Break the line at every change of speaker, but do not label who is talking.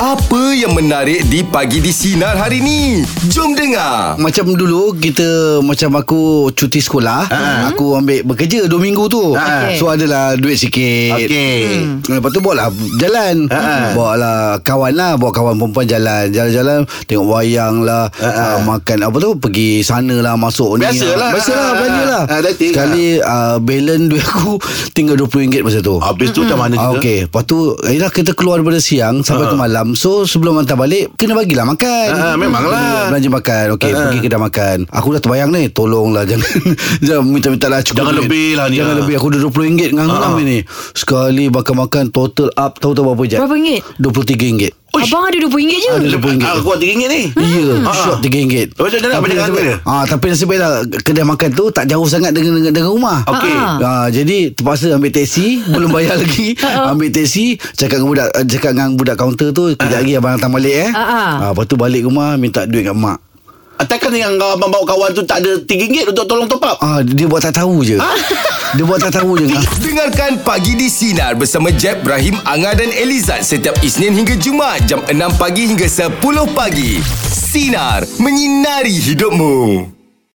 Apa yang menarik di pagi di sinar hari ni? Jom dengar.
Macam dulu kita macam aku cuti sekolah, aku ambil bekerja 2 minggu tu.
Okey.
So adalah duit sikit.
Okey.
Hmm. Lepas tu bawa lah jalan.
Ha.
Bawa lah kawan lah, bawa kawan perempuan jalan. Jalan-jalan tengok wayang lah, ah, makan apa tu pergi sana lah masuk ni.
Biasalah.
Lah. Biasalah,
Ha,
belanja
ha,
lah.
ha, dating.
Sekali ah, balance duit aku tinggal RM20 masa tu.
Habis tu dah mana
Ah,
kita?
Okey Lepas tu Yelah kita keluar daripada siang Sampai ke malam So sebelum hantar balik Kena bagilah makan
Ah, ah, memanglah. Ah,
Belanja makan Okey pergi kedai makan Aku dah terbayang ni Tolonglah jangan Jangan minta-minta lah cukup
Jangan
duit.
lebih lah ni
Jangan
lah. Ah,
lebih Aku dah RM20 dengan uh ni Sekali makan-makan Total up Tahu tak berapa jam
Berapa ringgit?
RM23
Uish.
Abang ada RM20 je
Ada RM20
Ah, Aku buat RM3 ni
Ya
Ah,
Shot
ah.
RM3
Lepas tu dia nak banyak harga dia?
Ah, Tapi nasib baiklah Kedai makan tu Tak jauh sangat dengan, dengan, dengan rumah
Okey.
Ah,
Ha. jadi terpaksa ambil teksi belum bayar lagi
Ha,
ambil teksi cakap dengan budak eh, cakap dengan budak kaunter tu kejap
Ha.
lagi abang hantar balik eh.
Ah, ah.
Ah, lepas tu balik rumah minta duit kat mak.
Ah, Takkan yang kau- abang bawa kawan tu tak ada RM3 untuk tolong top up?
Ah dia buat tak tahu
Ha.
je. dia buat tak tahu je. Ah.
Dengarkan Pagi di Sinar bersama Jeb, Ibrahim, Anga dan Elizad setiap Isnin hingga Jumaat jam 6 pagi hingga 10 pagi. Sinar, menyinari hidupmu.